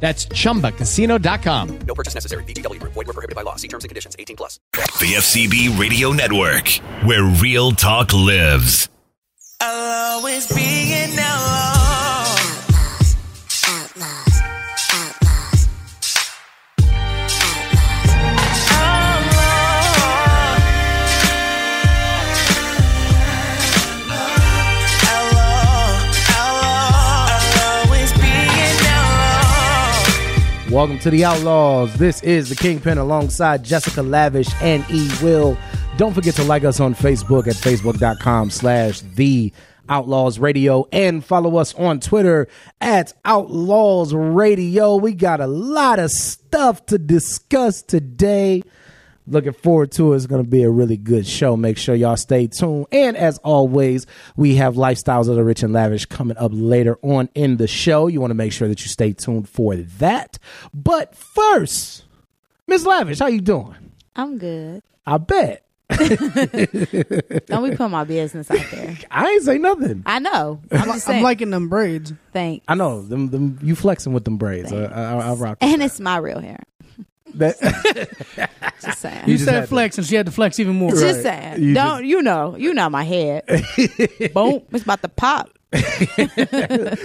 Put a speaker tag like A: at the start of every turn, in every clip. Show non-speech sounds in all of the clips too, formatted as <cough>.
A: That's chumbacasino.com.
B: No purchase necessary. VGW Group. Void were prohibited by law. See terms and conditions. 18 plus.
C: The FCB Radio Network, where real talk lives.
D: I'll always be an outlaw. Outlaw, outlaw. I'll always be an outlaw.
E: Welcome to the Outlaws. This is the Kingpin alongside Jessica Lavish and E. Will. Don't forget to like us on Facebook at facebook.com slash the Outlaws Radio and follow us on Twitter at Outlaws Radio. We got a lot of stuff to discuss today. Looking forward to it. It's going to be a really good show. Make sure y'all stay tuned. And as always, we have Lifestyles of the Rich and Lavish coming up later on in the show. You want to make sure that you stay tuned for that. But first, Miss Lavish, how you doing?
F: I'm good.
E: I bet.
F: Don't be putting my business out there.
E: I ain't say nothing.
F: I know. I'm just saying.
G: liking them braids.
F: thank. <laughs>
E: I know them. them you flexing with them braids. I, I, I rock. with
F: And it's my real hair.
E: that. <laughs>
F: Just saying.
G: You,
E: just had to-
G: said flex, and she had to flex even more.
F: Just saying.
E: You
F: Don't you know? You know my head. Boom. It's about to pop.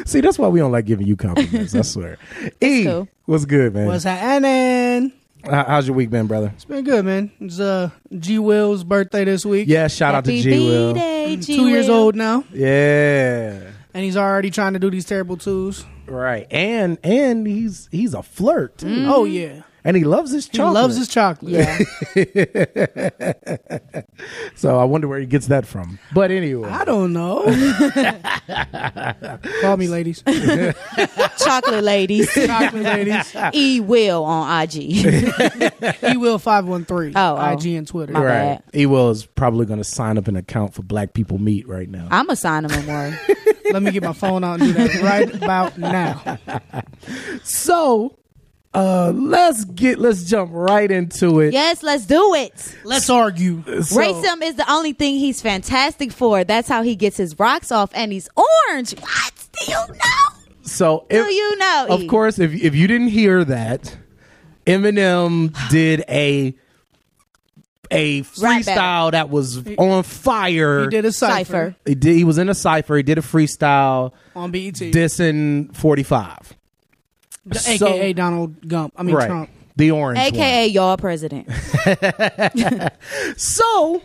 E: See, that's why we don't like giving you compliments. I
F: <laughs>
E: swear. E,
F: cool.
E: what's good, man?
G: What's happening?
E: How- how's your week been, brother?
G: It's been good, man. It's uh, G Will's birthday this week.
E: Yeah, shout out to
F: Happy
E: G Will.
F: B-Day, G
G: two years
F: Will.
G: old now,
E: Yeah,
G: and he's already trying to do these terrible twos.
E: right. And and he's he's a flirt, too.
G: Oh yeah,
E: and he loves his
G: he
E: chocolate.
G: loves his chocolate.
F: Yeah.
E: So I wonder where he gets that from. But anyway,
G: I don't know. Call me, ladies.
F: Chocolate ladies.
G: Chocolate ladies.
F: E Will on IG.
G: He will five one three.
F: Oh, oh.
G: IG and Twitter.
F: My
E: right.
F: bad.
E: E Will is probably going to sign up an account for Black People Meet right now.
F: I'm a sign of memorial.
G: Let me get my phone out and do that right about now.
E: So uh let's get let's jump right into it.
F: Yes, let's do it.
G: Let's argue.
F: Racism is the only thing he's fantastic for. That's how he gets his rocks off, and he's orange. What do you know?
E: So if,
F: you know,
E: Of
F: E?
E: course, if if you didn't hear that,
G: <sighs>
E: Eminem did a a
F: Rap battle.
E: freestyle that was on fire.
G: He did a cipher,
F: Cipher.
E: He did- he was in a cipher. He did a freestyle
G: on E BET,
E: dissing forty five.
G: D-
E: so-
G: aka Donald Gump. I mean
E: Right.
G: Trump.
E: The orange one.
F: AKA y'all
E: <laughs>
F: president.
E: So,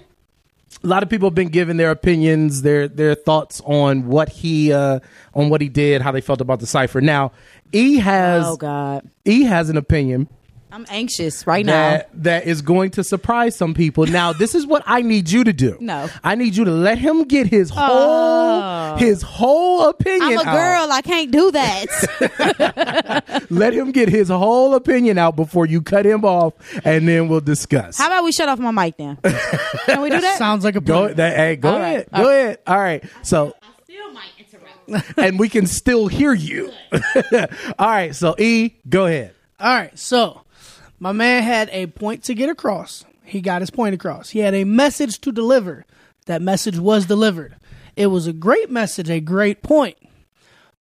E: a lot of people have been giving their opinions, their their thoughts on what he uh, on what he did, how they felt about the cipher. Now, E has
F: Oh God,
E: E has an opinion
F: I'm anxious right now.
E: that that is going to surprise some people. Now, this is what I need you to do.
F: <laughs> No. Oh.
E: I need you to let him get his whole his whole opinion.
F: I'm a
E: out.
F: girl. I can't do that.
E: <laughs> Let him get his whole opinion out before you cut him off, and then we'll discuss.
F: How about we shut off my mic now?
E: <laughs>
F: Can we do that?
G: Sounds like a
E: Go,
G: plan.
E: that, hey, go
F: All right.
E: ahead. Go ahead. All right. So. <laughs> and we can still hear you. <laughs> All right. So, E, go ahead.
G: All right, so my man had a point to get across. He got his point across. He had a message to deliver. That message was delivered. It was a great message, a great point.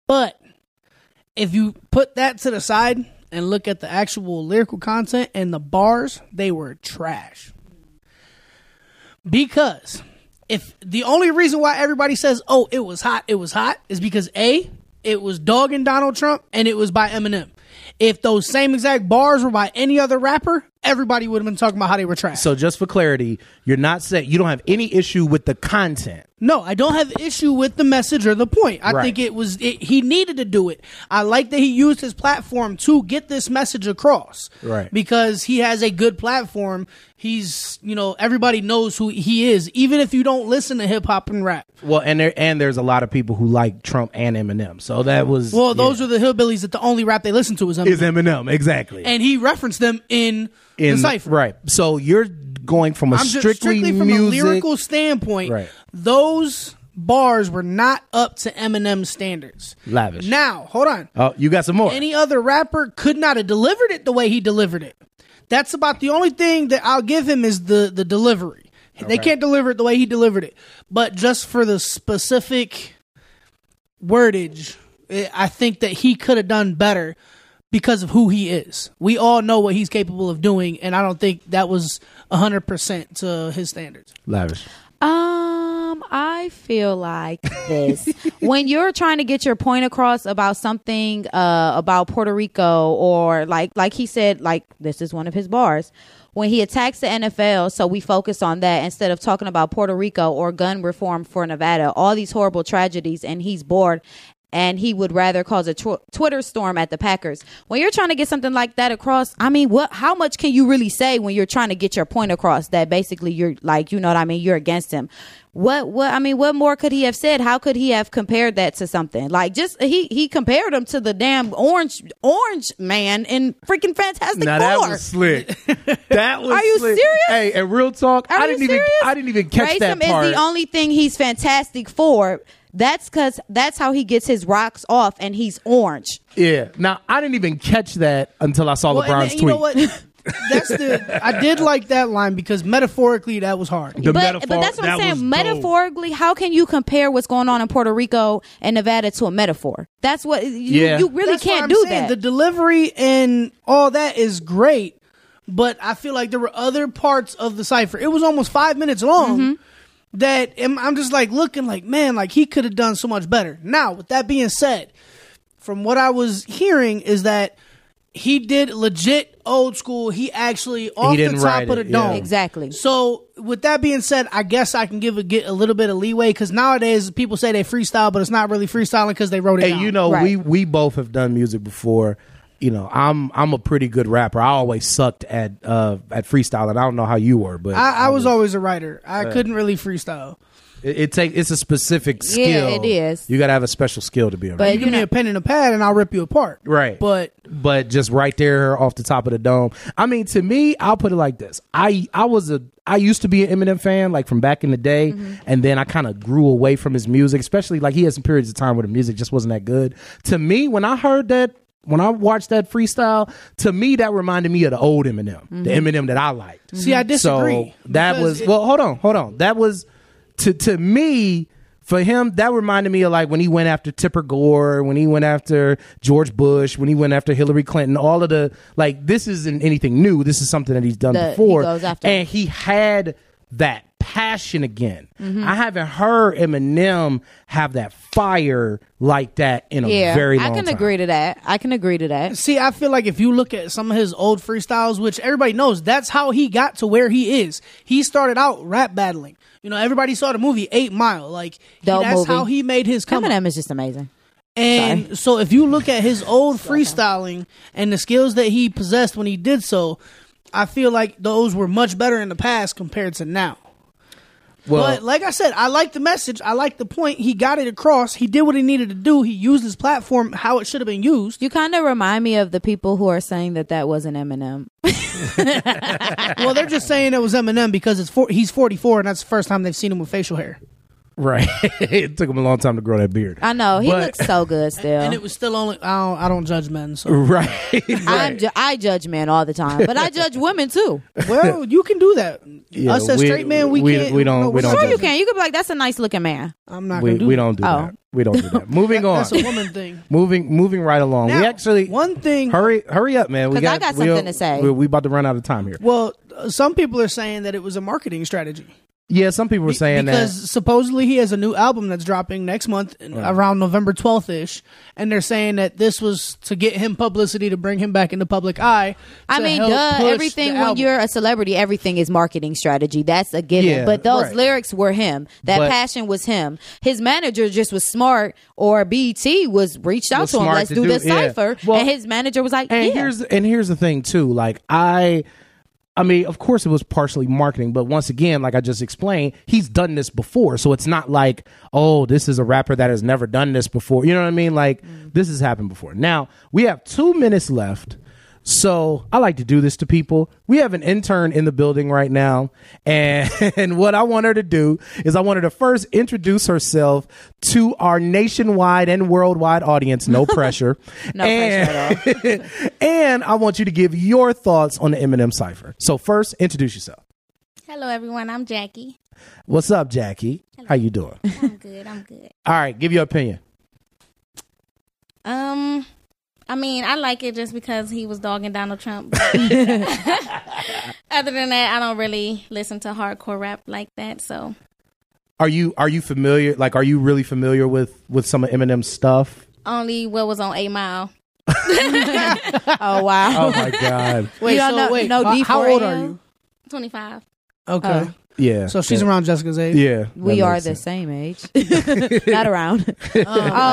G: But if you put that to the side and look at the actual lyrical content and the bars, they were trash. Because if the only reason why everybody says, "Oh, it was hot, it was hot," is because a it was dogging Donald Trump and it was by Eminem. If those same exact bars were by any other rapper, everybody would have been talking about how they were trash.
E: So just for clarity, you're not saying you don't have any issue with the content.
G: No, I don't have issue with the message or the point. I
E: Right.
G: think it was it, he needed to do it. I like that he used his platform to get this message across.
E: Right.
G: Because he has a good platform. He's, you know, everybody knows who he is even if you don't listen to hip hop and rap.
E: Well, and there and there's a lot of people who like Trump and Eminem. So that was
G: Well, those are the hillbillies that the only rap they listen to is Eminem.
E: is Eminem exactly.
G: And he referenced them in,
E: In-
G: the cipher.
E: right. So you're going from a
G: I'm just
E: strictly,
G: strictly from
E: music.
G: a lyrical standpoint.
E: Right.
G: Those bars were not up to Eminem's standards.
E: Lavish.
G: Now, hold on.
E: Oh, you got some more.
G: Any other rapper could not have delivered it the way he delivered it. That's about the only thing that I'll give him is the the delivery. They
E: Okay.
G: can't deliver it the way he delivered it. But just for the specific wordage, eh, I think that he could have done better because of who he is. We all know what he's capable of doing, and I don't think that was 100% to his standards.
E: Lavish.
F: Um, I feel like this <laughs> when you're trying to get your point across about something uh about Puerto Rico or like like he said like this is one of his bars when he attacks the NFL so we focus on that instead of talking about Puerto Rico or gun reform for Nevada all these horrible tragedies and he's bored and he would rather cause a tw- Twitter storm at the Packers. When you're trying to get something like that across, I mean, what? How much can you really say when you're trying to get your point across? That basically you're like, you know what I mean? You're against him. What? What? I mean, what more could he have said? How could he have compared that to something? Like, just he he compared him to the damn orange orange man in freaking Fantastic
E: Now
F: Four.
E: that was
G: <laughs>
E: slick. That was.
F: Are you
E: slick.
F: serious?
E: Hey, and real talk,
F: Are
E: I
F: you
E: didn't even.
F: serious?
E: I didn't even catch
F: Racism
E: that part.
F: is the only thing he's fantastic for. That's because that's how he gets his rocks off, and he's orange.
E: yeah. Now I didn't even catch that until I saw
G: Well, and
E: LeBron's
G: then,
E: tweet.
G: You know what? That's the I did like that line because metaphorically that was hard.
E: The
F: but, but that's what I'm saying. Metaphorically, how can you compare what's going on in Puerto Rico and Nevada to a metaphor? That's what you,
G: Yeah.
F: you really
G: That's what
F: can't
G: I'm
F: do
G: saying.
F: that.
G: The delivery and all that is great, but I feel like there were other parts of the cipher. It was almost five minutes long.
F: Mm-hmm.
G: That am- I'm just like looking like man, like he could have done so much better. Now, with that being said, from what I was hearing is that he did legit old school. He actually off
E: didn't
G: the top
E: write
G: of the
E: it, yeah.
G: dome.
F: Exactly.
G: So with that being said, I guess I can give a get a little bit of leeway because nowadays people say they freestyle, but it's not really freestyling because they wrote it.
E: Hey,
G: down.
E: you know, we we both have done music before. You know, I'm I'm a pretty good rapper. I always sucked at uh at freestyling. I don't know how you were, but
G: I, I was always a writer. I
E: Yeah.
G: couldn't really freestyle.
E: it, it takes it's a specific
G: Yeah,
E: skill.
G: it is.
E: You got to have a special skill to be a
G: But
E: rapper.
G: you give me a pen and a pad, and I'll rip you apart.
E: Right.
G: But
E: but just right there off the top of the dome. I mean, to me, I'll put it like this: I I was a I used to be an Eminem fan, like from back in the day,
G: Mm-hmm.
E: and then I kind of grew away from his music, especially like he had some periods of time where the music just wasn't that good. To me, when I heard that. When I watched that freestyle, to me that reminded me of the old Eminem, the
G: Mhm.
E: Eminem that I liked.
G: See,
F: Mm-hmm.
G: I disagree,
E: So that
G: because
E: was
G: it-
E: well. Hold on, hold on. That was to to me for him that reminded me of like when he went after Tipper Gore, when he went after George Bush, when he went after Hillary Clinton. All of the like this isn't anything new. This is something that he's done
F: The- he
E: before,
F: goes after-
E: and he had that passion again.
F: Mhm.
E: I haven't heard Eminem have that fire like that in a
F: yeah,
E: very long
F: I can
E: time.
F: agree to that. I can agree to that.
G: see, I feel like if you look at some of his old freestyles, which everybody knows, that's how he got to where he is. He started out rap battling. You know, everybody saw the movie Eight Mile. Like he-
F: Dope
G: that's
F: movie.
G: how he made his come.
F: Eminem is just amazing.
G: And
F: Sorry.
G: so if you look at his old freestyling and the skills that he possessed when he did so, I feel like those were much better in the past compared to now.
E: Well-
G: but like I said, I like the message. I like the point. He got it across. He did what he needed to do. He used his platform how it should have been used.
F: You kind of remind me of the people who are saying that that wasn't Eminem.
G: well, they're just saying it was Eminem because it's four, he's 44 and that's the first time they've seen him with facial hair.
E: Right, <laughs> it took him a long time to grow that beard.
F: I know he
E: But-
F: looks so good still.
G: <laughs> And it was still only I don't, I don't judge men.
E: <laughs>
G: So.
E: Right.
F: I'm ju- I judge men all the time, but I judge
E: <laughs>
F: women too.
G: Well, you can do that.
E: Yeah,
G: Us as
E: we-
G: straight men, we,
E: we-
G: can't.
E: we don't- we don't
F: sure
E: judge
F: you can. You could be like, "That's a nice looking man."
G: I'm not
E: we,
G: gonna do
E: we
G: that.
E: don't do
F: Oh.
E: that. We don't do
G: <laughs>
E: that. Moving on.
G: That's a woman thing.
E: Moving moving right along. we
G: Now,
E: actually
G: one thing.
E: Hurry hurry up, man. We
G: 'Cause I got
E: we-
G: something to say.
E: We we about to run out of time here.
G: Well, uh, some people are saying that it was a marketing strategy.
E: Yeah, some people were saying
G: because
E: that.
G: supposedly he has a new album that's dropping next month in-
E: Right.
G: around November 12th ish and they're saying that this was to get him publicity to bring him back into public eye
F: I
G: to
F: mean,
G: help
F: duh,
G: push the
F: everything when
G: album.
F: you're a celebrity, everything is marketing strategy. That's a given.
G: Yeah,
F: but those
G: right.
F: lyrics were him. That
G: But-
F: passion was him. His manager just was smart, or BT was reached out
E: Was
F: to him.
E: smart
F: Let's
E: to
F: do
E: do-
F: this
E: yeah.
F: cipher, and his manager was like,
E: And
F: "Yeah."
E: here's and here's the thing too. Like I, I mean, of course it was partially marketing, but once again, like I just explained, he's done this before, so it's not like oh, this is a rapper that has never done this before. You know what I mean? Like
F: Mm.
E: this has happened before. Now we have two minutes left. So I like to do this to people. We have an intern in the building right now, <laughs> and, and what I want her to do is I want her to first introduce herself to our nationwide and worldwide audience.
F: <laughs>
E: No pressure.
F: No
E: pressure at all. and I want you to give your thoughts on the Eminem cipher. So first, introduce yourself.
H: Hello, everyone. I'm Jackie.
E: What's up, Jackie? How you doing?
H: I'm good. I'm good.
E: <laughs> All right, give your opinion.
H: Um, I mean, I like it just because he was dogging Donald Trump. <laughs> Other than that, I don't really listen to hardcore rap like that. So,
E: Are you are you familiar? Like, are you really familiar with with some of Eminem's stuff?
H: only what was on Eight Mile.
F: oh wow!
E: Oh
G: <laughs>
E: my
F: <laughs>
E: god!
G: Wait, so wait, how- how old are you?
H: Twenty five.
G: okay
F: Oh.
E: Yeah.
G: so she's
E: Yeah.
G: around Jessica's age
E: Yeah,
F: we are the same age,
G: <laughs>
F: <laughs> not around.
G: I,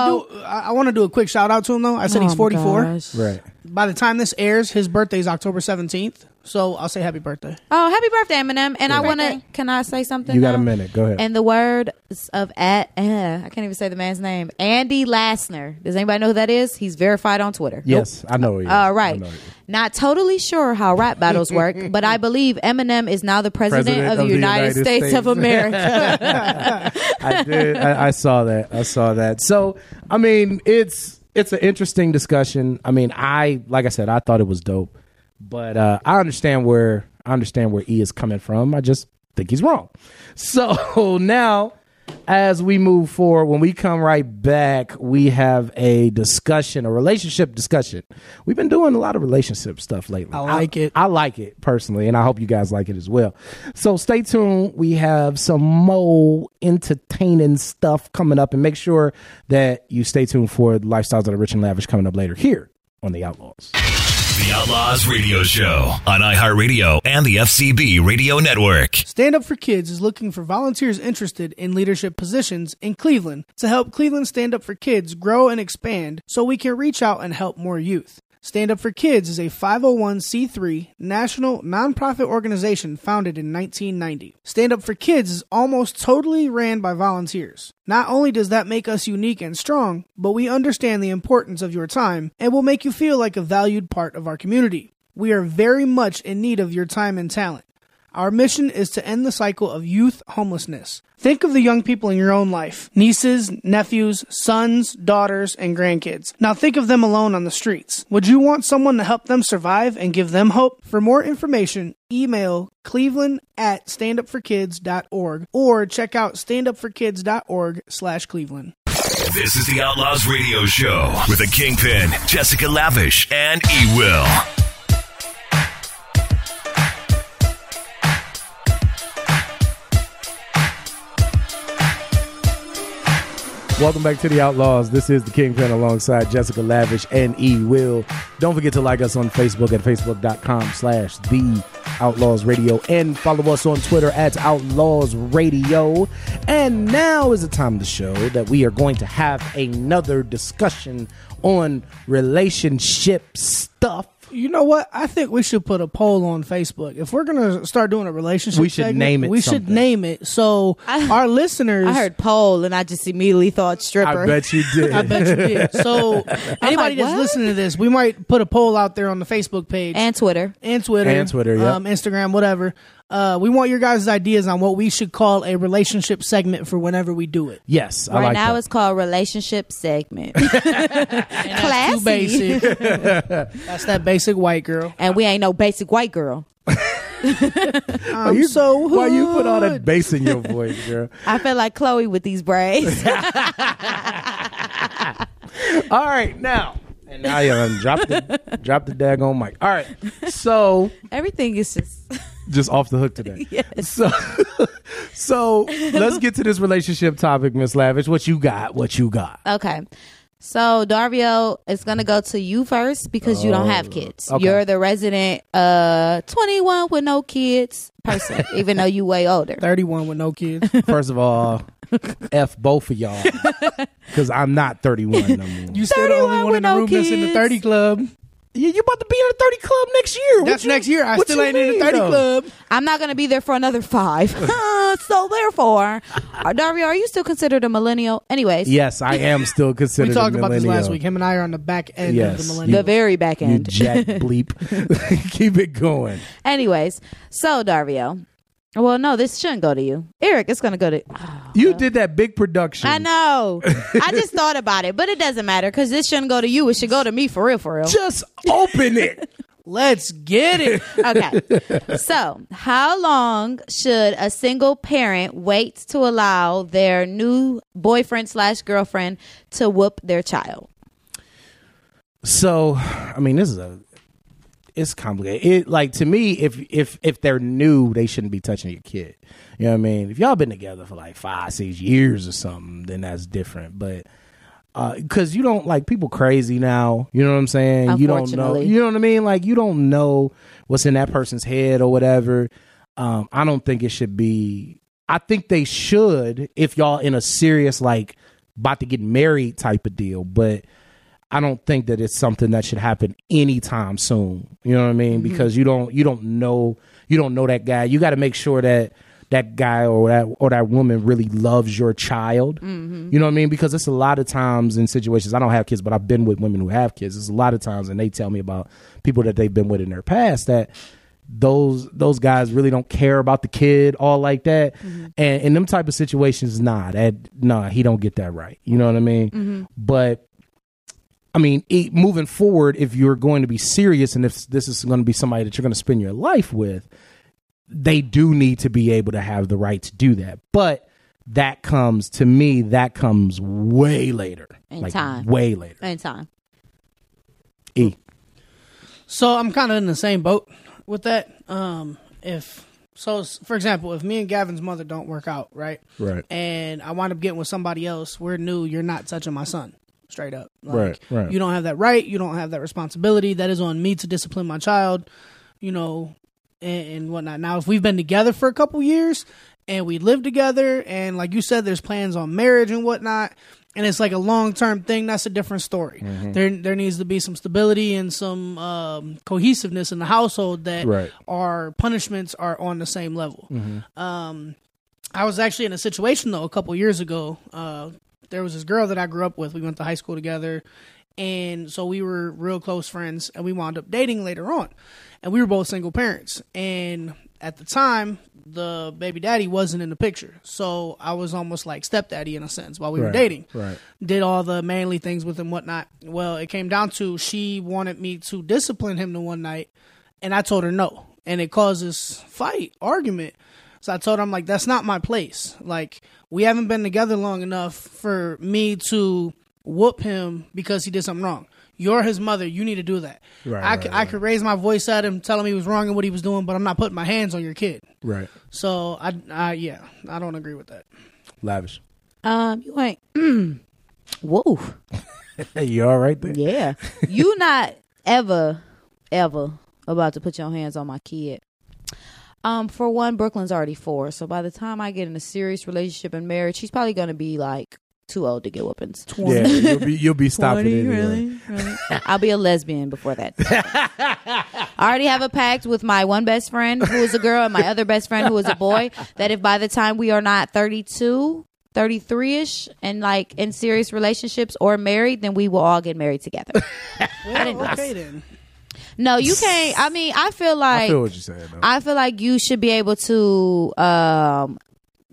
G: do- I- I want to do a quick shout out to him though. I said
F: Oh
G: he's
F: my
G: 44.
F: gosh.
E: Right.
G: By the time this airs, his birthday is October 17th. So I'll say happy birthday.
F: Oh, happy birthday, Eminem! And I want to. Can I say something?
G: You got
F: now?
G: a minute. Go ahead.
F: And the word of at uh, I can't even say the man's name. Andy Lassner. Does anybody know who that is? He's verified on Twitter.
E: Yes, I know. you.
F: All right. Not totally sure how rap battles work, but I believe Eminem is now the president, of, the United, States, of America.
E: I did. I, I saw that. I saw that. So, I mean, it's it's an interesting discussion. I mean, I like I said, I thought it was dope, but uh, I understand where I understand where E is coming from. I just think he's wrong. <laughs> So now, as we move forward, when we come right back, we have a discussion, a relationship discussion. We've been doing a lot of relationship stuff lately. I like
G: it.
E: I like it personally, and I hope you guys like it as well. So stay tuned. We have some more entertaining stuff coming up, and make sure that you stay tuned for Lifestyles That Are Rich and Lavish coming up later here on The Outlaws.
C: The Outlaws Radio Show on iHeartRadio and the FCB Radio Network.
G: Stand Up for Kids is looking for volunteers interested in leadership positions in Cleveland to help Cleveland Stand Up for Kids grow and expand so we can reach out and help more youth. Stand Up for Kids is a 501c3 national nonprofit organization founded in 1990. Stand Up for Kids is almost totally ran by volunteers. Not only does that make us unique and strong, but we understand the importance of your time and will make you feel like a valued part of our community. We are very much in need of your time and talent. Our mission is to end the cycle of youth homelessness. Think of the young people in your own life nieces, nephews, sons, daughters, and grandkids. Now think of them alone on the streets. Would you want someone to help them survive and give them hope? For more information, email cleveland at standupforkids.org or check out standupforkids.org slash cleveland.
C: This is the Outlaws Radio Show with a kingpin, Jessica Lavish, and E Will.
E: Welcome back to the Outlaws. This is the Kingpin alongside Jessica Lavish and E. Will. Don't forget to like us on Facebook at facebook.com slash the Outlaws Radio and follow us on Twitter at Outlaws Radio. And now is the time of the show that we are going to have another discussion on relationship stuff.
G: You know what? I think we should put a poll on Facebook. If we're gonna start doing a relationship,
E: We should
G: segment,
E: name it
G: We should
E: something.
G: name it. So our listeners,
F: <laughs> I heard poll and I just immediately thought stripper.
E: I bet you
F: <laughs>
E: did.
G: I bet you did. So
F: I'm
G: anybody
F: like,
G: that's
F: what?
G: listening to this, we might put a poll out there on the Facebook page
F: and Twitter
G: and Twitter
E: And Twitter, yep.
G: um, Instagram, whatever. Uh, we want your guys' ideas on what we should call a relationship segment for whenever we do it.
E: Yes, I
F: right
E: like
F: now
E: that.
F: it's called relationship segment. <laughs> Classy.
G: Too basic.
F: <laughs>
G: that's that basic white girl.
F: And we ain't no basic white girl.
E: Why you, so why you put all that bass in
F: <laughs>
E: your voice, girl?
F: I feel like Chloe with these braids.
E: All right, now. And now you done dropped <laughs> the drop the daggone mic. All right. So
F: Everything is just <laughs>
E: <laughs> just off the hook today.
F: yes.
E: So So let's get to this relationship topic, Miss Lavish. What you got? What you got?
F: Okay. So Darvio is gonna go to you first because you don't have kids.
E: Oh, okay.
F: You're the resident uh twenty one with no kids
E: <laughs>
F: person, even though you way older.
G: Thirty one with
F: <laughs>
G: no kids.
E: First of <laughs> all, f both of y'all because I'm not 31. no more.
G: You still the only one in the room that's in the thirty club.
E: Yeah, you about to be in the thirty club next year.
G: That's next year. I
F: what
G: still
F: you
G: ain't in the
F: mean,
G: thirty
F: though?
G: club.
F: I'm not gonna be there for
E: <laughs>
F: another five. <laughs> so therefore uh, Dario, are you still considered a millennial? Anyways.
E: Yes, I am still
G: <laughs> We
E: considered.
G: talked
E: a
G: about this last
E: millennial.
G: week. Him and I are on the back end of
E: Yes,
G: the
E: you-
G: millennial.
F: The very back
E: You
F: end.
G: <laughs>
E: jack bleep. <laughs> Keep it going.
F: Anyways, so Dario. Well, no, this shouldn't go to you. Eric, it's gonna go to
E: You did that big production. <laughs>
F: I know. I just thought about it, but it doesn't matter because this shouldn't go to you. It should go to me for real, for real.
E: Just open it.
G: Let's get it.
F: Okay. So, how long should a single parent wait to allow their new boyfriend slash girlfriend to whoop their child?
E: So, I mean, this is a it's complicated. It like to me, if if if they're new, they shouldn't be touching your kid. You know what I mean? If y'all been together for like five, six years or something, then that's different. But because you don't like people crazy now, you know what I'm saying? You don't know.
F: Unfortunately.
E: You know what I mean? Like you don't know what's in that person's head or whatever. Um, I don't think it should be. I think they should if y'all in a serious like about to get married type of deal, but. I don't think that it's something that should happen anytime soon. You know what I mean? Because you don't you don't know you don't know that guy. You got to make sure that that guy or that or that woman really loves your child. You know what I mean? Because it's a lot of times in situations I don't have kids, but I've been with women who have kids. It's a lot of times, and they tell me about people that they've been with in their past that those those guys really don't care about the kid all like that
F: Mm-hmm.
E: and in them type of situations nah that nah he don't get that right you know what i mean
F: Mm-hmm.
E: but I mean, it, moving forward, if you're going to be serious and if this is going to be somebody that you're going to spend your life with, they do need to be able to have the right to do that. But that comes to me, that comes way later.
F: In time.
E: Way later.
F: In time.
E: E.
G: So I'm kind of in the same boat with that. Um, if so, s- for example, if me and Gavin's mother don't work out, right?
E: Right.
G: And I wind up getting with somebody else, we're new. You're not touching my son, straight up.
E: Right, right.
G: You don't have that right. You don't have that responsibility. That is on me to discipline my child. You know, and, and whatnot. Now, if we've been together for a couple years and we live together, and like you said, there's plans on marriage and whatnot, and it's like a long term thing, that's a different story.
E: Mm-hmm.
G: There, there needs to be some stability and some um, cohesiveness in the household that
E: Right.
G: our punishments are on the same level. Um, I was actually in a situation though a couple years ago. Uh, there was this girl that I grew up with. We went to high school together, and so we were real close friends. And we wound up dating later on, and we were both single parents. And at the time, the baby daddy wasn't in the picture, so I was almost like stepdaddy in a sense while we were
E: Right,
G: dating.
E: right.
G: Did all the manly things with him, whatnot. Well, it came down to she wanted me to discipline him to one night, and I told her no, and it causes fight, argument. So I told her, I'm like, that's not my place. Like, we haven't been together long enough for me to whoop him because he did something wrong. You're his mother. You need to do that.
E: Right,
G: I, c-
E: right,
G: I could raise my voice at him, tell him he was wrong and what he was doing, but I'm not putting my hands on your kid.
E: Right.
G: So I, I yeah, I don't agree with that.
E: Lavish.
F: Um, you <clears throat> ain't. Whoa.
E: Hey, you all right there?
F: Yeah. you not ever, ever about to put your hands on my kid. Um, for one, Brooklyn's already four, so by the time I get in a serious relationship and marriage, she's probably gonna be like too old to get whoopings.
E: Yeah, you'll be, you'll <laughs> be stopping it anyway.
F: I'll be a lesbian before that. I already have a pact with my one best friend who is a girl and my other best friend who is a boy that if by the time we are not 32, 33 ish, and like in serious relationships or married, then we will all get married together.
G: Well, okay then.
F: No, you can't. I mean, I feel like
E: I feel what you're saying, though.
F: I feel like you should be able to, um,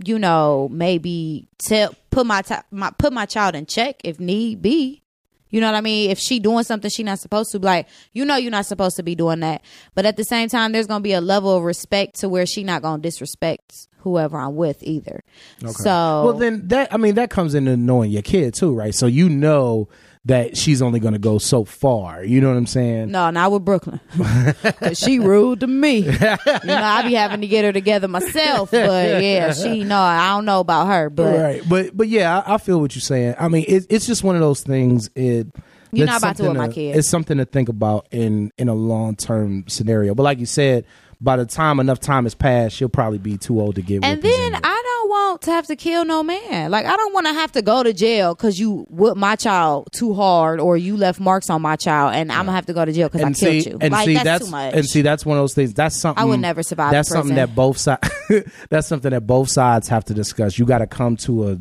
F: you know, maybe tell put my, ti my put my child in check if need be. You know what I mean? If she doing something she not supposed to, be like you know, you're not supposed to be doing that. But at the same time, there's gonna be a level of respect to where she not gonna disrespect whoever I'm with either. So
E: well, then that I mean that comes into knowing your kid too, right? So you know that she's only going to go so far. You know what I'm saying?
F: No, not with Brooklyn. 'Cause she rude to me. You know, I be having to get her together myself. But yeah, she no, I don't know about her. But
E: right. But but yeah, I, I feel what you're saying. I mean, it, it's just one of those things. It
F: You're
E: that's
F: not about to
E: something
F: with my kid.
E: It's something to think about in in a long term scenario. But like you said, by the time enough time has passed, she'll probably be too old to get.
F: and then I don't want to have to kill no man. Like I don't want to have to go to jail because you whipped my child too hard or you left marks on my child, and I'm gonna have to go to jail because I
E: and see,
F: killed you.
E: and
F: like
E: see,
F: that's,
E: that's,
F: too much.
E: and see, that's one of those things. That's something
F: I would never survive in
E: That's something
F: prison.
E: that both sides. <laughs> that's something that both sides have to discuss. You got to come to a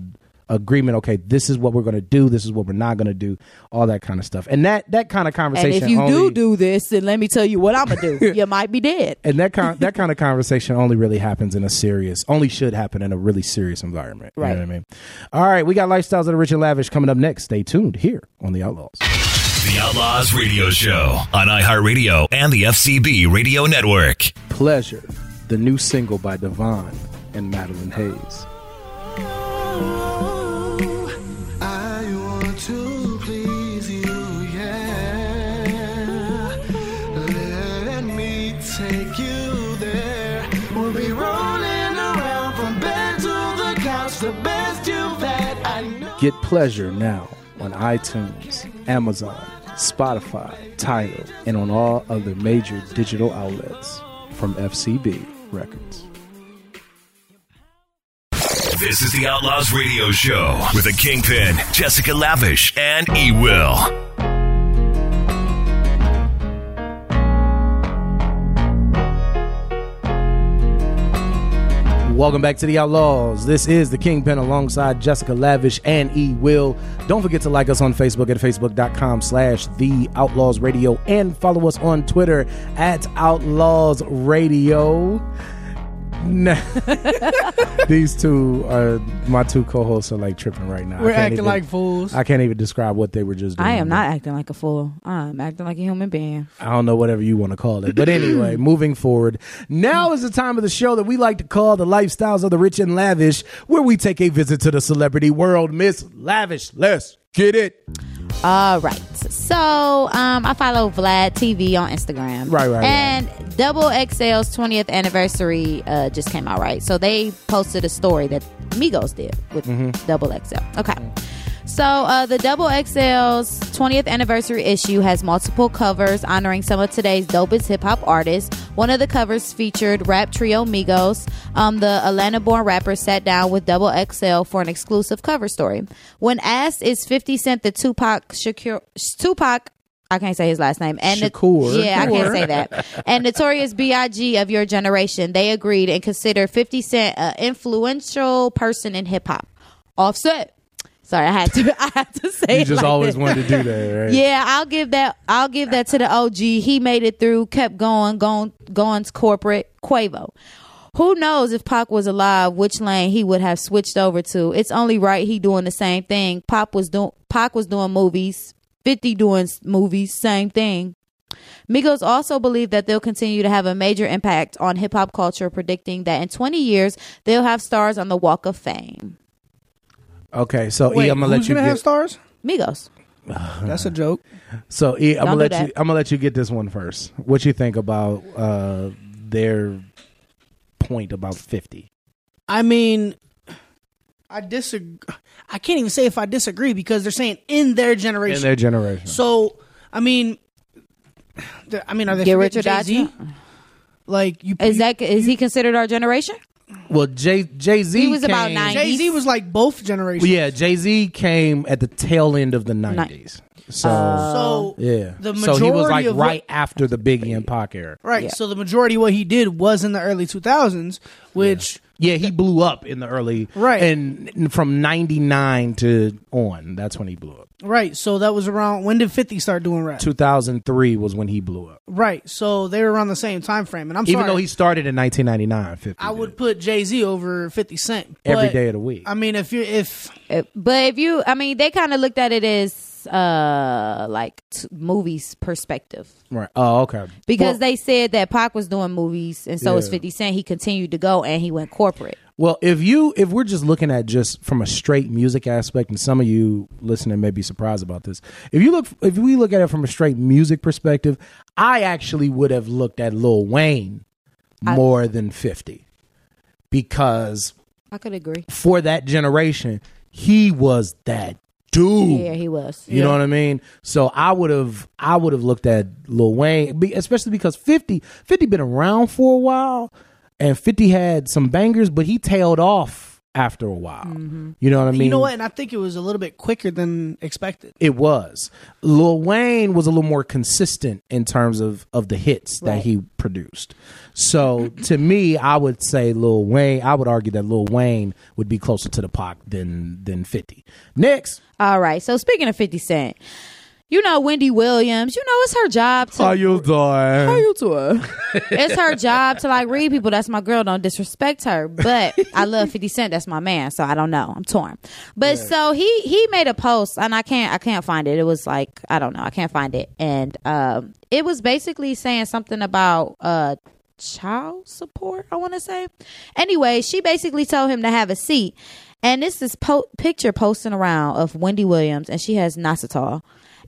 E: agreement. Okay, this is what we're going to do. This is what we're not going to do. All that kind of stuff. And that that kind of
F: and
E: conversation.
F: if you
E: only,
F: do do this, then let me tell you what I'm
E: <laughs>
F: gonna do. you might be dead.
E: and that kind that kind of conversation only really happens in a serious, only should happen in a really serious environment. You
F: Right.
E: know what I mean? All right, we got lifestyles of the rich and lavish coming up next. Stay tuned here on the Outlaws.
C: The Outlaws Radio Show on iHeartRadio and the FCB Radio Network.
E: Pleasure, the new single by Devon and Madeline Hayes.
D: I want to please you, yeah. Let me take you there. We'll be rolling around from bed to the couch, the best you that I know.
E: Get pleasure now on iTunes, Amazon, Spotify, Tidal, and on all other major digital outlets from FCB Records.
C: This is the Outlaws Radio Show with a kingpin, Jessica Lavish, and E Will.
E: Welcome back to the Outlaws. This is the Kingpin alongside Jessica Lavish and E. Will. Don't forget to like us on Facebook at facebook.com slash the Outlaws Radio and follow us on Twitter at Outlaws Radio. <laughs> Nah. These two are my two co-hosts are like tripping right now. I
G: We're
E: can't
G: acting
E: even-
G: like fools.
E: I can't even describe what they were just doing.
F: I am not acting like a fool. I'm acting like a human being.
E: I don't know whatever you want to call it. But anyway, moving forward, now is the time of the show that we like to call the lifestyles of the rich and lavish, where we take a visit to the celebrity world. Miss Lavish, let's get it.
F: All right. So um, I follow Vlad TV on Instagram.
E: Right, right, right.
F: And Double XL's 20th anniversary uh, just came out, right? So they posted a story that Migos did with
E: Mm-hmm.
D: Mhm.
F: Double XL. Okay. So uh, the Double XL's 20th anniversary issue has multiple covers honoring some of today's dopest hip hop artists. One of the covers featured rap trio Migos. Um, the Atlanta-born rapper sat down with Double XL for an exclusive cover story. When asked, "Is 50 Cent the Tupac Shakur Tupac?" I can't say his last name. And the-
D: Shakur.
F: yeah, I
D: Shakur.
F: can't say that. And notorious B.I.G. of your generation, they agreed and considered 50 Cent an influential person in hip hop. Offset. Sorry, I had to. <laughs> I had to say.
E: You
F: it
E: just
F: like
E: always
F: that.
E: wanted to do
G: <laughs>
E: that, right?
F: Yeah, I'll give that. I'll give that to the OG. He made it through, kept going, going, going's corporate Quavo. Who knows if Pac was alive, which lane he would have switched over to? It's only right he doing the same thing. Pop was doing. Pac was doing movies. Fifty doing s- movies. Same thing. Migos also believe that they'll continue to have a major impact on hip hop culture, predicting that in 20 years they'll have stars on the Walk of Fame.
E: Okay, so E,
G: Wait,
E: I'm gonna let
G: who's
E: you
G: gonna
E: get.
G: have stars?
F: Migos.
G: That's a joke.
E: so E, I'm
G: Don't
E: gonna
G: do
E: let
G: that.
E: you. I'm gonna let you get this one first. What you think about uh, their point about fifty?
G: I mean, I disagree. I can't even say if I disagree because they're saying in their generation.
E: In their generation.
G: So, I mean, <sighs> th- I mean, are they
F: Get
G: forgetting
F: Richard Dodge.
G: Jay-Z? Like you,
F: is that is he considered our generation?
E: Well, Jay Jay Z
F: He was about nine.
G: Jay Z was like both generations.
E: yeah, Jay Z came at the tail end of the nineties. So,
G: Oh. So,
F: Uh,
E: yeah,
G: the
E: so he was
G: majority
E: like
G: of what-
E: right after the Biggie and Pac era.
G: Right.
E: Yeah.
G: So the majority of what he did was in the early 2000s, which
E: Yeah, he blew up in the early
G: Right.
E: and and from ninety nine to on. That's when he blew up.
G: right. So that was around when did 50 start doing rap?
E: Two thousand three was when he blew up.
G: Right. So they were around the same time frame, and I'm
E: Even
G: sorry.
E: though he started in nineteen ninety nine. Fifty
G: I would put Jay Z over 50 Cent
E: every
G: but,
E: day of the week.
G: I mean, if you if
F: But if you, I mean, they kind of looked at it as uh like t- movies perspective
E: Right. Oh, okay.
F: because they said that Pac was doing movies and so was
E: Yeah.
F: Fifty Cent. He continued to go and he went corporate.
E: Well, if you if we're just looking at just from a straight music aspect, and some of you listening may be surprised about this. If you look if we look at it from a straight music perspective, I actually would have looked at Lil Wayne more than fifty. Because
F: I could agree.
E: for that generation, he was that dude.
F: Yeah, he was.
E: You know what I mean? So I would have I would have looked at Lil Wayne, be- especially because 50 50 been around for a while and 50 had some bangers, but he tailed off after a while. You know what I mean?
G: you know what? And I think it was a little bit quicker than expected.
E: It was. Lil Wayne was a little more consistent in terms of of the hits that
G: Right.
E: he produced. So to me, I would say Lil Wayne. I would argue that Lil Wayne would be closer to the Pac than than Fifty. Next,
F: All right. So speaking of 50 Cent, you know Wendy Williams, you know it's her job to
E: doing?
F: doing? <laughs> it's her job to like read people. That's my girl. Don't disrespect her. But I love Fifty Cent. That's my man. So I don't know. I'm torn. But so he he made a post, and I can't I can't find it. It was like I don't know. I can't find it, and um, it was basically saying something about uh child support. I want to say. Anyway, she basically told him to have a seat. And this is po- picture posting around of Wendy Williams, and she has Nasatol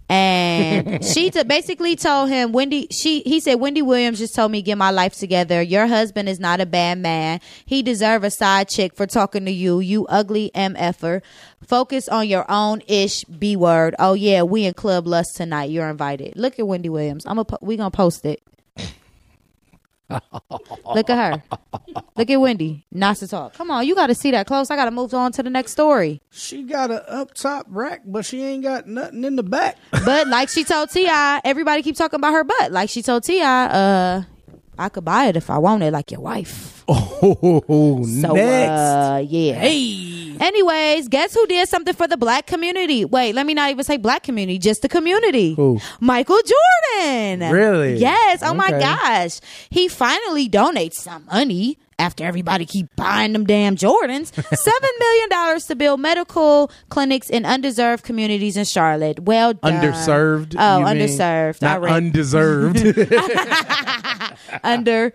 F: and she t- basically told him wendy she he said wendy williams just told me get my life together your husband is not a bad man he deserve a side chick for talking to you you ugly mf'er focus on your own ish b word oh yeah we in club lust tonight you're invited look at wendy williams i'm a po- we gonna post it look at her look at wendy not to talk come on you gotta see that close i gotta move on to the next story
G: She got a up top rack, but she ain't got nothing in the back.
F: But like she told Ti, everybody keep talking about her butt. Like she told Ti, uh, I could buy it if I want it, like your wife.
E: Oh,
F: So
E: next.
F: uh, yeah. Hey. Anyways, guess who did something for the black community? Wait, let me not even say black community, just the community.
E: Who?
F: Michael Jordan.
E: Really?
F: Yes. Oh my
E: Okay.
F: gosh, he finally donates some money. After everybody keep buying them damn Jordans,
E: <laughs>
F: seven million dollars to build medical clinics in underserved communities in Charlotte. Well done,
E: underserved.
F: Oh,
E: you mean?
F: underserved. I
E: Not
F: read- <laughs>
E: undeserved. <laughs>
F: under.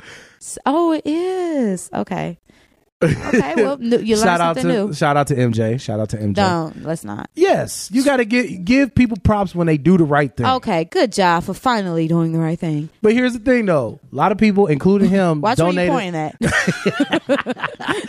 F: Oh, it is okay.
E: <laughs>
F: Okay, well, n- you learned
E: shout out to
F: something new.
E: shout out to MJ. Shout out to MJ.
F: Don't let's not.
E: Yes, you got to get give people props when they do the right thing.
F: Okay, good job for finally doing the right thing.
E: But here's the thing, though. A lot of people, including him,
F: Watch where
E: donated.
F: you pointing
E: <laughs>
F: at.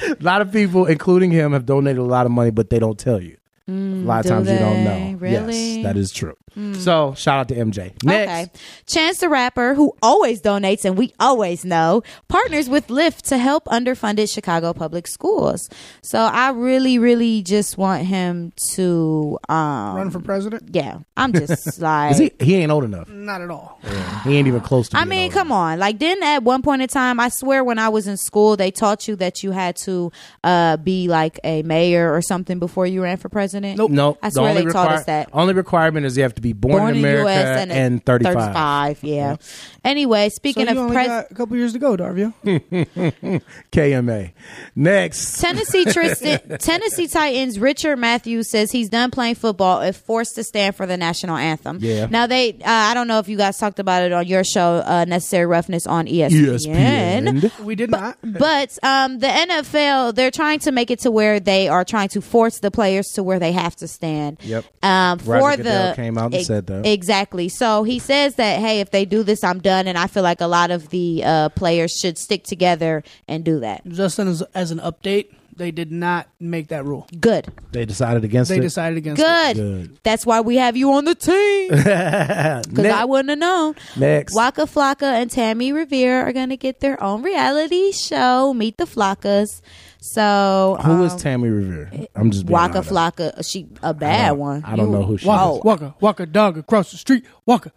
E: a lot of people, including him, have donated a lot of money, but they don't tell you. a lot of
F: Mm, do
E: times you don't
F: they?
E: know.
F: Really? Mm.
E: Yes, that is true. So shout out to MJ. Next.
F: Okay. Chance the Rapper, who always donates and we always know, partners with Lyft to help underfunded Chicago public schools. So I really, really just want him to um,
G: Run for president?
F: Yeah. I'm
G: <laughs>
F: just like.
E: Is he, he ain't old enough.
G: Not at all.
E: He ain't even close to.
F: Mm. I
E: being
F: mean, come on. Like, didn't at one point in time, I swear when I was in school, they taught you that you had to uh, be like a mayor or something before you ran for president?
E: Nope. Nope.
F: I
E: The
F: swear they
E: only
F: taught
E: require-
F: us that.
E: Only requirement is you have to be born, in America and,
F: a-
E: 35.
F: 35, yeah. Anyway, speaking
G: so you
F: of
G: only
F: president.
G: got a couple years to go, Darvio.
E: KMA. Next.
G: <laughs>
F: Tennessee Tristan, Tennessee Titans Richard Matthews says he's done playing football if forced to stand for the national anthem.
E: Yeah.
F: Now they, uh, I don't know if you guys talked about it on your show, uh, Necessary Roughness on E
E: E ESPN.
G: We did not.
F: But um, the NFL, they're trying to make it to where they are trying to force the players to where they have to stand.
E: Yep.
F: Um,
E: Roger
F: for
E: Goodell
F: the
E: came out and said that.
F: exactly. So he says that hey, if they do this, I'm done, and I feel like a lot of the uh, players should stick together and do that.
G: Justin, as, as an update, they did not make that rule.
F: Good,
E: They decided against
G: They
E: it. <laughs>
G: decided against
F: good.
G: it.
F: That's why we have you on the team because
E: Ne-
F: I wouldn't have known.
E: Next.
F: Waka Flocka and Tammy Revere are going to get their own reality show, Meet the Flockas. So
E: Who is
F: um,
E: Tammy Revere? I'm just being
F: Waka
E: honest.
F: Flocka. uh, She a bad
E: don't-
F: one.
E: I don't
F: You-
E: know who she
F: Whoa.
E: is.
G: Walker, Walker, dog across the street.
F: <laughs>
G: Walker.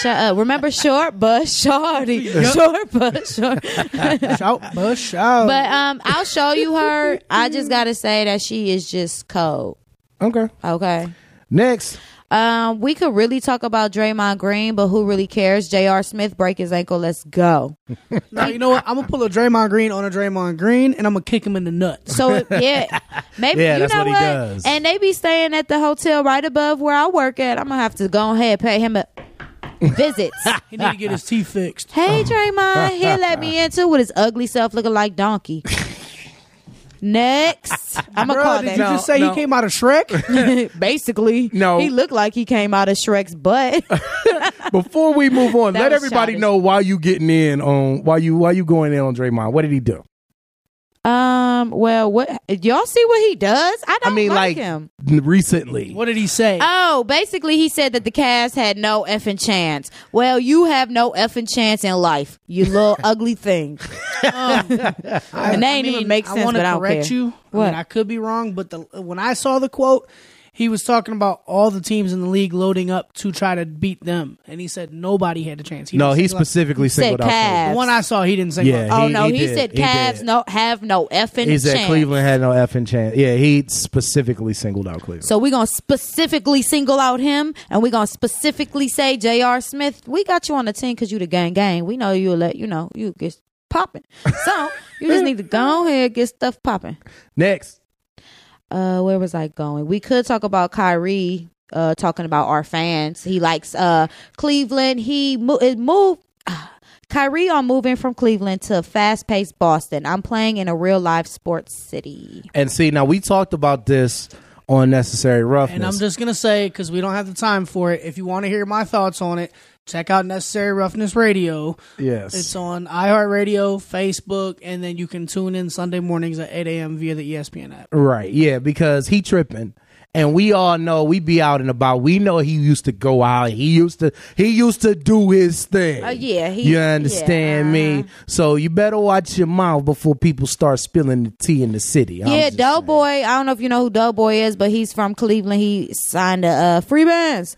F: Shut up. uh, Remember short but shorty. Short but short.
G: Shout, buzz, shout.
F: But um I'll show you her. I just gotta say that she is just cold.
E: Okay.
F: Okay.
E: Next.
F: Um, we could really talk about Draymond Green, but who really cares? J.R. Smith break his ankle. Let's go.
G: now, you know what? I'm going to pull a Draymond Green on a Draymond Green, and I'm going to kick him in the nuts.
E: <laughs>
F: So it- yeah, maybe
G: Yeah,
F: you
G: that's
F: know
G: what he
F: what.
G: does.
F: And they be staying at the hotel right above where I work at. I'm gonna have to go ahead and pay him a
E: <laughs>
F: visit.
G: He need to
F: <laughs>
G: get his teeth fixed.
F: Hey Draymond, he let me into with his ugly self looking like donkey. Next, I'm gonna
G: Bruh,
F: call
G: did
F: that.
G: you just say he came out of
F: <laughs>
G: Shrek?
F: Basically,
E: No.
F: He looked like he came out of Shrek's butt.
E: Before we move on,
F: That
E: let
F: was
E: everybody
F: childish.
E: know why you getting in on why you why you going in on Draymond. What did he do?
F: Um. Well, what y'all see what he does? I don't like, him.
E: N- recently.
G: What did he say?
F: Oh, basically, he said that the Cavs had no effing chance. Well, you have no effing chance in life, you little ugly thing. Um, and they ain't even make sense.
G: I wanna
F: but I don't
G: correct
F: care.
G: you. I,
F: What?
G: mean, I could be wrong, but the when I saw the quote, he was talking about all the teams in the league loading up to try to beat them, and he said nobody had a chance.
E: No,
G: didn't
E: he
G: single out-
E: specifically He said singled out Cavs.
G: The one I saw, he didn't say.
E: Yeah,
F: oh
E: he-
F: no,
E: he
F: he,
E: did.
F: said
E: He did.
F: Cavs no have no effing
E: He said
F: chance.
E: Cleveland had no effing chance. Yeah, he specifically singled out Cleveland.
F: So we're going to specifically single out him and we're going to specifically say, J.R. Smith, we got you on the team because you the gang gang. We know you'll let, you know, you get popping. So you just need to go ahead get stuff popping.
E: Next.
F: Uh, where was I going? We could talk about Kyrie uh, talking about our fans. He likes uh, Cleveland. He mo- it moved. <sighs> Kyrie on moving from Cleveland to fast paced Boston. I'm playing in a real life sports city.
E: And see, now we talked about this on Necessary Roughness.
G: And I'm just gonna say because we don't have the time for it. If you want to hear my thoughts on it, check out Necessary Roughness Radio.
E: Yes.
G: it's on iHeartRadio, Facebook, and then you can tune in Sunday mornings at 8 a.m. via the E ESPN app.
E: Right. Yeah, because he tripping. And we all know we be out and about. We know he used to go out. He used to he used to do his thing.
F: Oh, yeah, he- uh-huh.
E: you understand me. So you better watch your mouth before people start spilling the tea in the city. I'm
F: Yeah,
E: just-
F: Doughboy. I don't know if you know who Doughboy is, but he's from Cleveland. He signed a uh, free bands.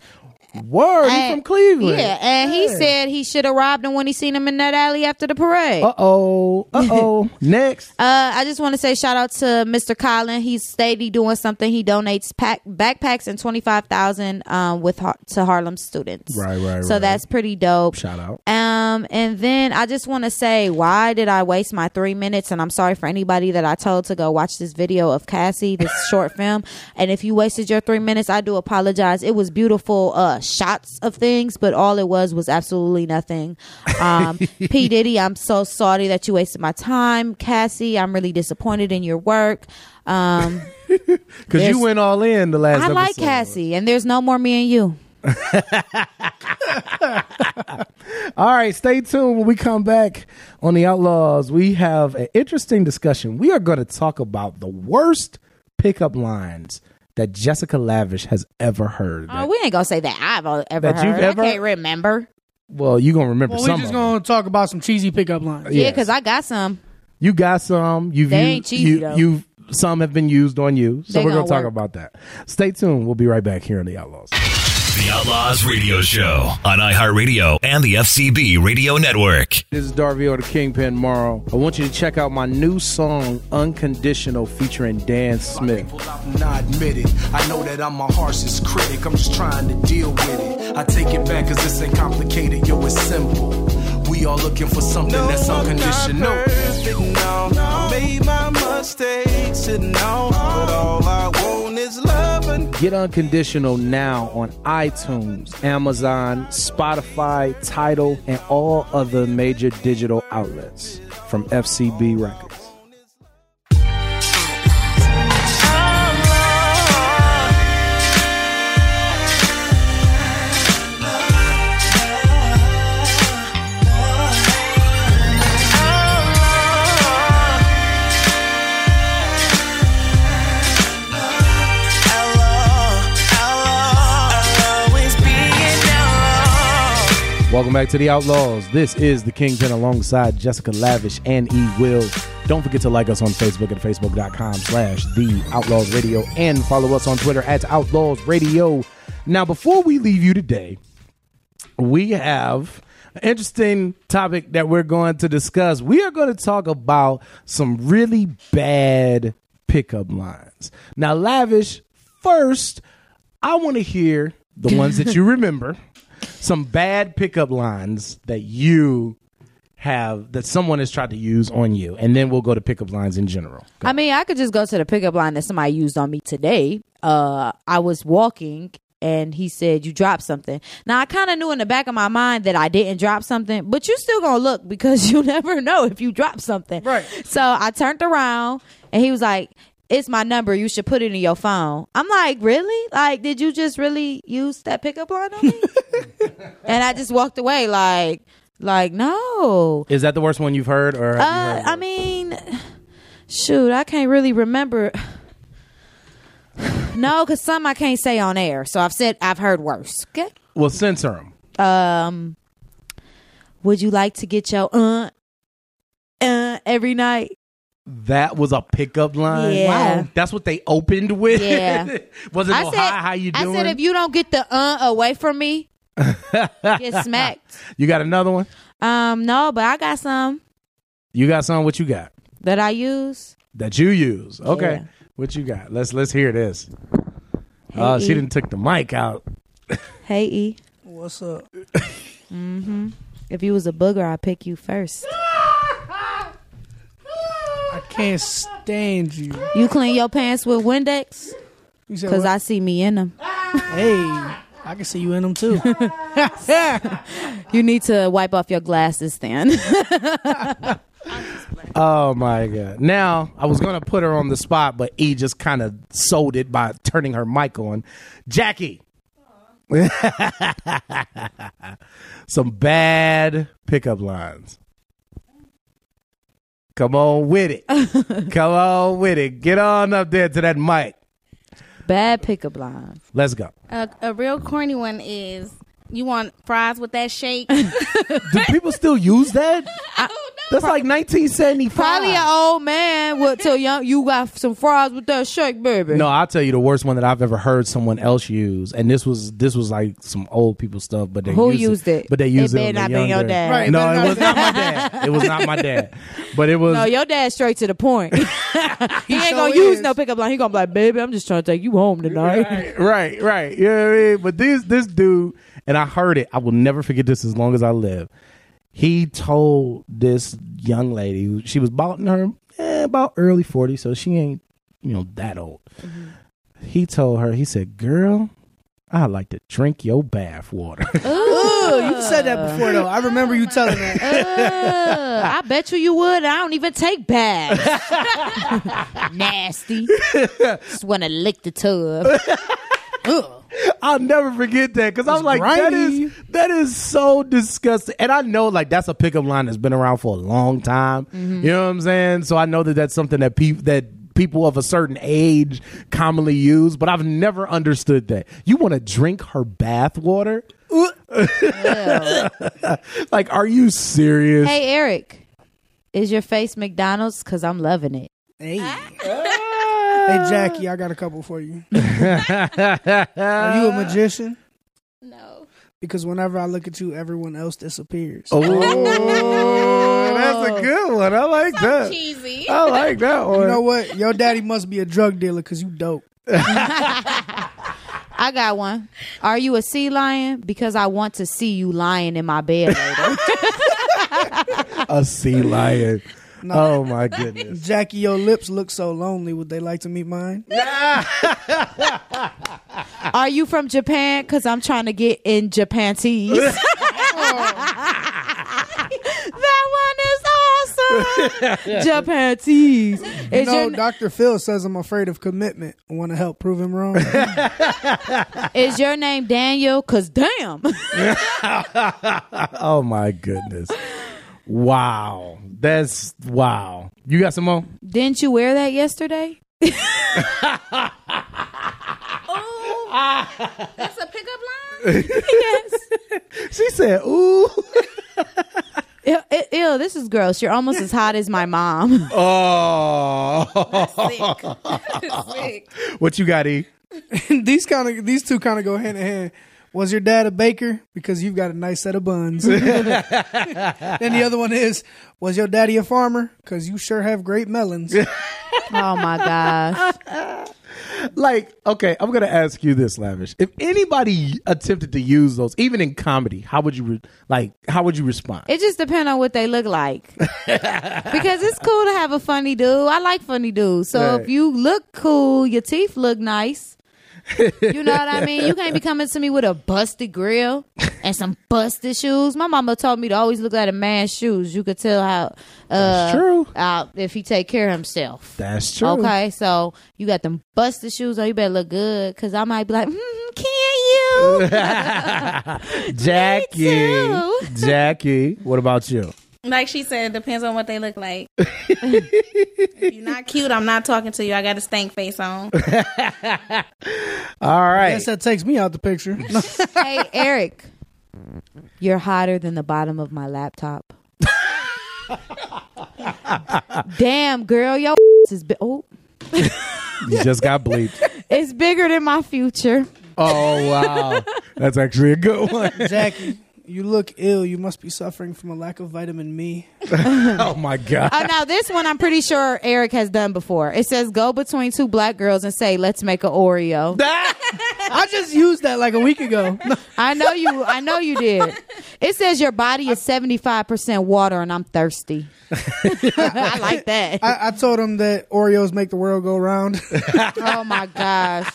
E: Word, he
F: And-
E: from Cleveland.
F: Yeah, and he
E: Yeah.
F: said he should have robbed him when he seen him in that alley after the parade.
E: Uh oh. Uh
F: <laughs>
E: oh. Next.
F: Uh, I just want to say shout out to Mr. Colin. He's steady doing something. He donates pack backpacks and twenty five thousand um with Har- to Harlem students.
E: Right, right,
F: So
E: right.
F: that's pretty dope.
E: Shout out.
F: Um, and then I just want to say, why did I waste my three minutes? And I'm sorry for anybody that I told to go watch this video of Cassie,
E: <laughs>
F: this short film. And if you wasted your three minutes, I do apologize. It was beautiful uh, shots of things, but all it was was absolutely nothing.
E: <laughs>
F: Um, P. Diddy, I'm so sorry that you wasted my time. Cassie, I'm really disappointed in your work. Um,
E: Because you
F: there's-
E: went all in the last
F: I like
E: episode.
F: Cassie, and there's no more me and you.
E: All right, stay tuned. When we come back on the Outlaws, we have an interesting discussion. We are going to talk about the worst pickup lines that Jessica Lavish has ever heard.
F: Oh, we ain't gonna say that I've o- ever
E: That
F: heard.
E: you've ever-
F: I can't remember.
E: Well, you're going to remember
G: Well,
E: some.
G: we're
E: of
G: just
E: them.
G: gonna talk about some cheesy pickup lines.
F: Yeah,
E: Yes.
F: because I got some.
E: You got some. You've
F: They
E: used,
F: ain't cheesy,
E: you,
F: though.
E: You've, some have been used on you. So
F: They
E: we're going
F: gonna
E: to talk
F: work.
E: about that. Stay tuned. We'll be right back here on the Outlaws.
C: The Outlaws Radio Show on iHeartRadio and the FCB Radio Network.
E: This is Darvio the Kingpin Morrow. I want you to check out my new song, Unconditional, featuring Dan Smith.
I: I'm not admitted. I know that I'm my harshest critic. I'm just trying to deal with it. I take it back because this ain't complicated. Yo, it's simple. We all looking for something that's unconditional.
D: No, I made my mistakes and all, but all I want is love and
E: Get Unconditional now on iTunes, Amazon, Spotify, Tidal, and all other major digital outlets from FCB Records. Welcome back to the Outlaws. This is the Kingpin alongside Jessica Lavish and E. Will. Don't forget to like us on Facebook at facebook.com slash the Outlaws Radio and follow us on Twitter at Outlaws Radio. Now, before we leave you today, we have an interesting topic that we're going to discuss. We are going to talk about some really bad pickup lines. Now, Lavish, first, I want to hear the ones that you remember, some bad pickup lines that you have that someone has tried to use on you, and then we'll go to pickup lines in general.
F: I mean, I could just go to the pickup line that somebody used on me today. Uh, I was walking and he said, You dropped something. Now, I kind of knew in the back of my mind that I didn't drop something, <laughs> but you still gonna look because you never know if you drop something. Right. So I turned around and he was like, "It's my number. You should put it in your phone." I'm like, "Really? Like, did you just really use that pickup line on me?" and I just walked away, like, like no.
E: Is that the worst one you've heard? Or have you
F: Uh, I mean, shoot, I can't really remember. no, because some I can't say on air. So I've said I've heard worse. Okay.
E: heard- well, censor them.
F: Um, would you like to get your uh, uh every night?
E: That was a pickup line.
F: Yeah. Wow.
E: That's what they opened with.
F: Yeah.
E: <laughs> was it
F: I
E: oh,
F: said-
E: hi, how you
F: I
E: doing?
F: said if you don't get the uh away
E: <laughs>
F: from me, get smacked.
E: You got another one?
F: Um, no, but I got some
E: You got some? What you got?
F: that I use.
E: That you use. Okay.
F: Yeah.
E: What you got? Let's let's hear this. Uh,
F: Hey,
E: she
F: E.
E: didn't took the mic out.
F: Hey E.
G: What's up?
F: Mm-hmm. If you was a booger, I'd pick you first.
G: I can't stand you.
F: You clean your pants with Windex?
G: You said
F: Because
G: what?
F: I see me in them.
G: Hey, I can see you in them too. <laughs>
F: <laughs> you need to wipe off your glasses then.
E: Oh my god! Now I was gonna put her on the spot, but E just kind of sold it by turning her mic on. Jackie, <laughs> some bad pickup lines. Come on with it. Come on with it. Get on up there to that mic.
F: <laughs> Bad pickup line.
E: Let's go.
H: A, a real corny one is you want fries with that shake.
E: <laughs> Do people still
H: <laughs>
E: use that? That's like 1975.
F: Probably an old man would tell young you got some fries with that shake, baby.
E: No, I'll tell you the worst one that I've ever heard someone else use, and this was this was like some old people stuff. But they
F: Who
E: used
F: used it?
E: But they
F: It
E: used it.
F: better
E: on their
F: not been your
E: younger-
F: dad. Right, it
E: no,
F: better
E: it
F: not
E: was not my
F: <laughs>
E: dad. It was not my dad. But it was.
F: No, your dad's straight to the
E: <laughs>
F: point. <laughs> he, ain't
E: sure
F: gonna use no pickup line. He gonna be like, baby, I'm just trying to take you home tonight. <laughs>
E: right, right. You know what I mean? But this this dude, and I heard it. I will never forget this as long as I live. He told this young lady who- she was about in her eh, about early 40s, so she ain't you know that old.
F: Mm-hmm.
E: He told her, he said, "Girl, I like to drink your bath water."
G: Ooh, you said that before though. I remember you telling that.
F: I bet you you would. I don't even
E: <laughs>
F: take baths. Nasty. Just want to lick the
E: <laughs>
F: tub.
E: I'll never forget that because I'm like, that
F: grimy.
E: is that is so disgusting. And I know like that's a pickup line that's been around for a long time.
G: Mm-hmm.
E: You know what I'm saying? So I know that that's something that people that people of a certain age commonly use, but I've never understood that. You want to drink her bath water? like, are you serious?
F: hey, Eric, is your face McDonald's? Because I'm loving it.
G: hey. hey, Jackie, I got a couple for you. Are you a magician? No. Because whenever I look at you, everyone else disappears.
E: Oh, that's a good one. I like that.
H: Cheesy.
E: I like that one.
G: You know what? Your daddy must be a drug dealer because you dope.
F: I got one. Are you a sea lion? Because I want to see you lying in my
G: <laughs>
F: bed later.
E: a sea lion.
G: No.
E: Oh my goodness.
G: Jackie, your lips look so lonely. Would they like to meet mine?
F: Are you from Japan? Because I'm trying to get in Japan <laughs>
G: <laughs>
F: tees. that one is awesome.
G: <laughs>
F: Japan tees.
G: You
F: Is
G: know,
F: your-
G: Dr. Phil says I'm afraid of commitment. I want to help prove him wrong.
F: Is your name Daniel? Because damn. <laughs>
E: oh my goodness. Wow. That's wow. You got some more?
F: Didn't you wear that
G: <laughs>
F: yesterday? Oh,
H: That's a pickup line.
G: <laughs>
F: yes.
E: She said, <laughs> ooh.
F: Ew, ew, ew, this is gross. You're almost as hot as my mom.
E: <laughs> Oh. what you got, E?
G: <laughs> these kind of these two kind of go hand in hand. Was your dad a baker? Because you've got a nice set of buns. <laughs> then the other one is, was your daddy a farmer? Because you sure have great melons.
F: Oh my gosh.
E: Like, okay, I'm gonna ask you this, Lavish. If anybody attempted to use those, even in comedy, how would you re- like? How would you respond?
F: It just depends on what they
E: <laughs>
F: look like. because it's cool to have a funny dude. I like funny dudes. So
E: Right.
F: if you look cool, your teeth look nice. You know what I mean? You can't be coming to me with a busted grill and some busted shoes. My mama told me to always look at a man's shoes. You could tell how uh,
E: That's true.
F: Uh, if he take care of himself.
E: That's true.
F: Okay, so you got them busted shoes on. You better look good because I might be like, mm, can
E: <laughs> Jackie. Jackie, what about you?
H: Like she said, depends on what they look like. if you're not cute, I'm not talking to you. I got a stank face on.
E: All right.
G: Guess that takes me out the picture.
F: you? hey, Eric, you're hotter than the bottom of my laptop. Damn, girl, your is bi- oh,
E: You just got <laughs> bleeped.
F: it's bigger than my future.
E: Oh wow, that's actually a good one. <laughs>
G: Jackie, <laughs> you look ill. You must be suffering from a lack of vitamin me.
E: oh my god.
F: Oh, now this one I'm pretty sure Eric has done before. It says go between two black girls and say, "Let's make an Oreo."
G: I just used that like a week ago. <laughs>
F: I know you. I know you did. It says your body is 75 percent water, and I'm thirsty. <laughs> I like that.
G: I, I told him that Oreos make the world go round. <laughs>
F: oh my gosh.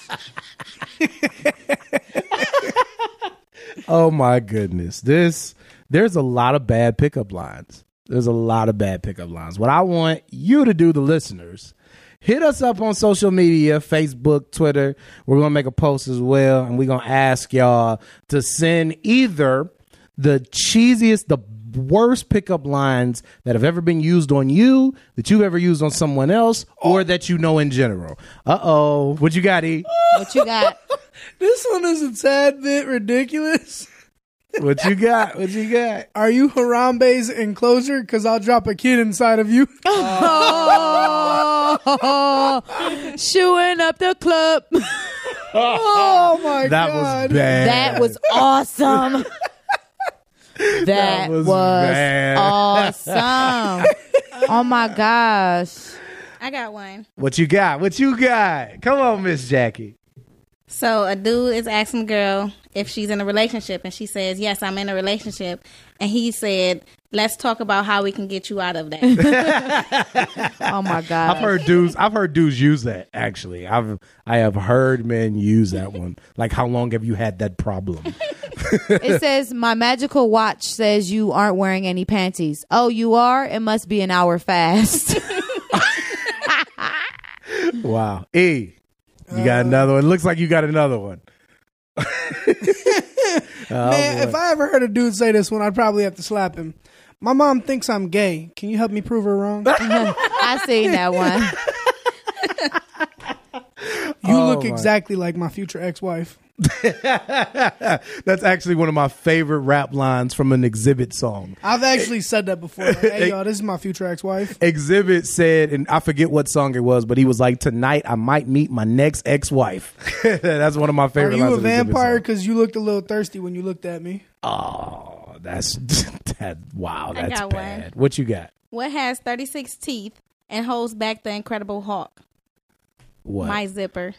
E: Oh my goodness. This there's a lot of bad pickup lines. There's a lot of bad pickup lines. What I want you to do, the listeners, hit us up on social media, Facebook, Twitter. We're gonna make a post as well, and we're gonna ask y'all to send either the cheesiest, the worst pickup lines that have ever been used on you, that you've ever used on someone else, or that you know in general. Uh oh. What you got, E?
F: What you got?
G: this one is a tad bit ridiculous.
E: What you got? What you got?
G: Are you Harambe's enclosure? Because I'll drop a kid inside of you.
F: Oh, shooing up the club.
G: <laughs> oh my
E: That was God. bad.
F: That was
E: <laughs>
F: awesome. That,
E: was
F: was,
E: bad.
F: awesome. oh my gosh.
H: I got one.
E: What you got? What you got? Come on, Miss Jackie.
H: So a dude is asking a girl if she's in a relationship, and she says, "Yes, I'm in a relationship." And he said, "Let's talk about how we can get you out of that."
F: Oh my
E: I've
F: gosh.
E: heard dudes. I've heard dudes use that. Actually, I've I have heard men use
F: <laughs>
E: that one. Like, how long have you had that problem?
F: It says my magical watch says you aren't wearing any panties. Oh, you are? It must be an hour fast.
E: wow. E, you got another one. Looks like you got another one. Oh,
G: Man,
E: boy.
G: <laughs> if I ever heard a dude say this one, I'd probably have to slap him. My mom thinks I'm gay. Can you help me prove her wrong?
F: I seen
G: <laughs>
F: that one.
G: You
E: Oh,
G: look
E: my.
G: exactly like my future ex-wife.
E: That's actually one of my favorite rap lines from an exhibit song.
G: I've actually said that
E: <laughs>
G: before. Like, hey, y'all, this is my future ex-wife.
E: Exhibit said, and I forget what song it was, but he was like, "Tonight I might meet my next ex-wife." <laughs> That's one of my
G: Are
E: favorite.
G: you
E: lines
G: a
E: of Exhibit's song.
G: vampire? Because you looked a little thirsty when you looked at me.
E: Oh, that's <laughs> that. Wow,
H: I
E: that's
H: got one.
E: bad. What you got?
H: what has 36 teeth and holds back the Incredible Hulk?
E: What?
H: My zipper.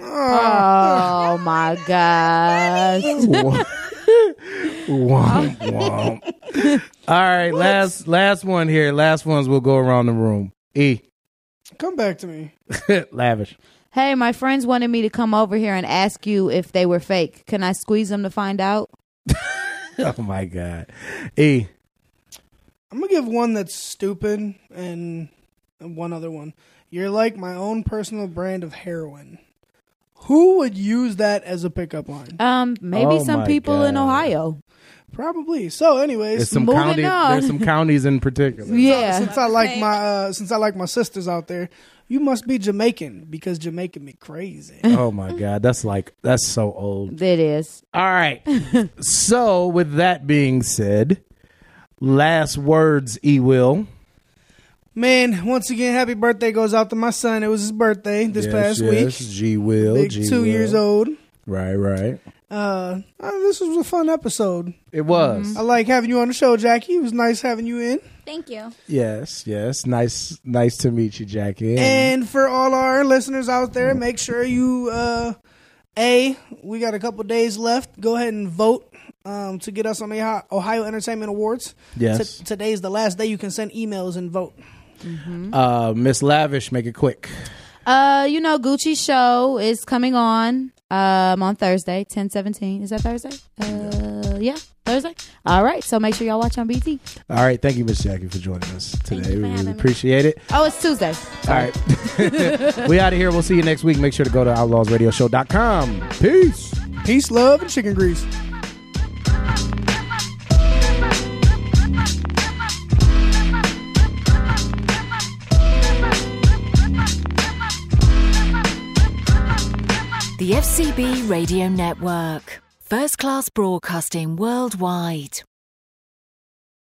F: Oh
H: <laughs>
F: my gosh.
E: Womp, womp. All right, last last one here. Last ones. We'll go around the room. E, <laughs>
G: Come back to me. <laughs>
E: lavish.
F: Hey, my friends wanted me to come over here and ask you if they were fake. Can I squeeze them to find out?
E: Oh my god. E,
G: I'm gonna give one that's stupid and one other one. You're like my own personal brand of heroin. Who would use that as a pickup line?
F: Um, maybe
E: Oh
F: some
E: my
F: people in
E: God.
F: Ohio.
G: Probably. So, anyways,
E: there's some
F: moving
E: counties.
F: on.
E: There's
G: <laughs>
E: some counties in particular.
F: Yeah.
G: since I like my uh, since I like my sisters out there, you must be Jamaican because Jamaican me crazy.
E: Oh my god, that's like that's so old.
F: It is.
E: All
G: <laughs>
E: right. so, with that being said, last words, E Will.
G: Man, once again, happy birthday goes out to my son. It was his birthday this past week.
E: G Will.
G: Big
E: G
G: two
E: Will.
G: years old.
E: Right, right.
G: Uh, oh, this was a fun episode.
E: It was.
G: I like having you on the show, Jackie. It was nice having you in.
H: Thank you.
E: Yes, yes. Nice, nice to meet you, Jackie.
G: And for all our listeners out there, make sure you uh A, we got a couple days left. Go ahead and vote um to get us on the Ohio- Ohio Entertainment Awards.
E: Yes.
G: T- today's the last day you can send emails and vote.
E: uh, Miss Lavish, make it quick.
F: Uh, you know, Gucci show is coming on um on Thursday, ten seventeen. Is that Thursday? Uh, yeah, Thursday. All right, so make sure y'all watch on BT.
E: All right. Thank you, Miss Jackie, for joining us today. We really appreciate it.
F: Oh, it's Tuesday.
E: All right. <laughs> we out of here. We'll see you next week. Make sure to go to outlawsradioshow.com. Peace.
G: Peace, love, and chicken grease.
J: The FCB Radio Network. First class broadcasting worldwide.